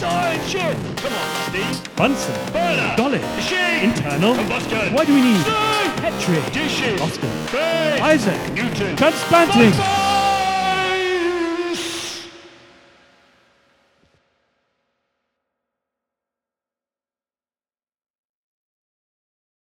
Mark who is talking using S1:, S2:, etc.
S1: Shit! Come on, Steve.
S2: Bunsen,
S1: Burner.
S2: Dolly,
S1: Machine.
S2: Internal,
S1: Combustion.
S2: Why Do We Need,
S1: Steam.
S2: Petri,
S1: Dishes.
S2: Oscar,
S1: Bang.
S2: Isaac,
S1: Newton.
S2: Transplanting,
S1: Bunsen.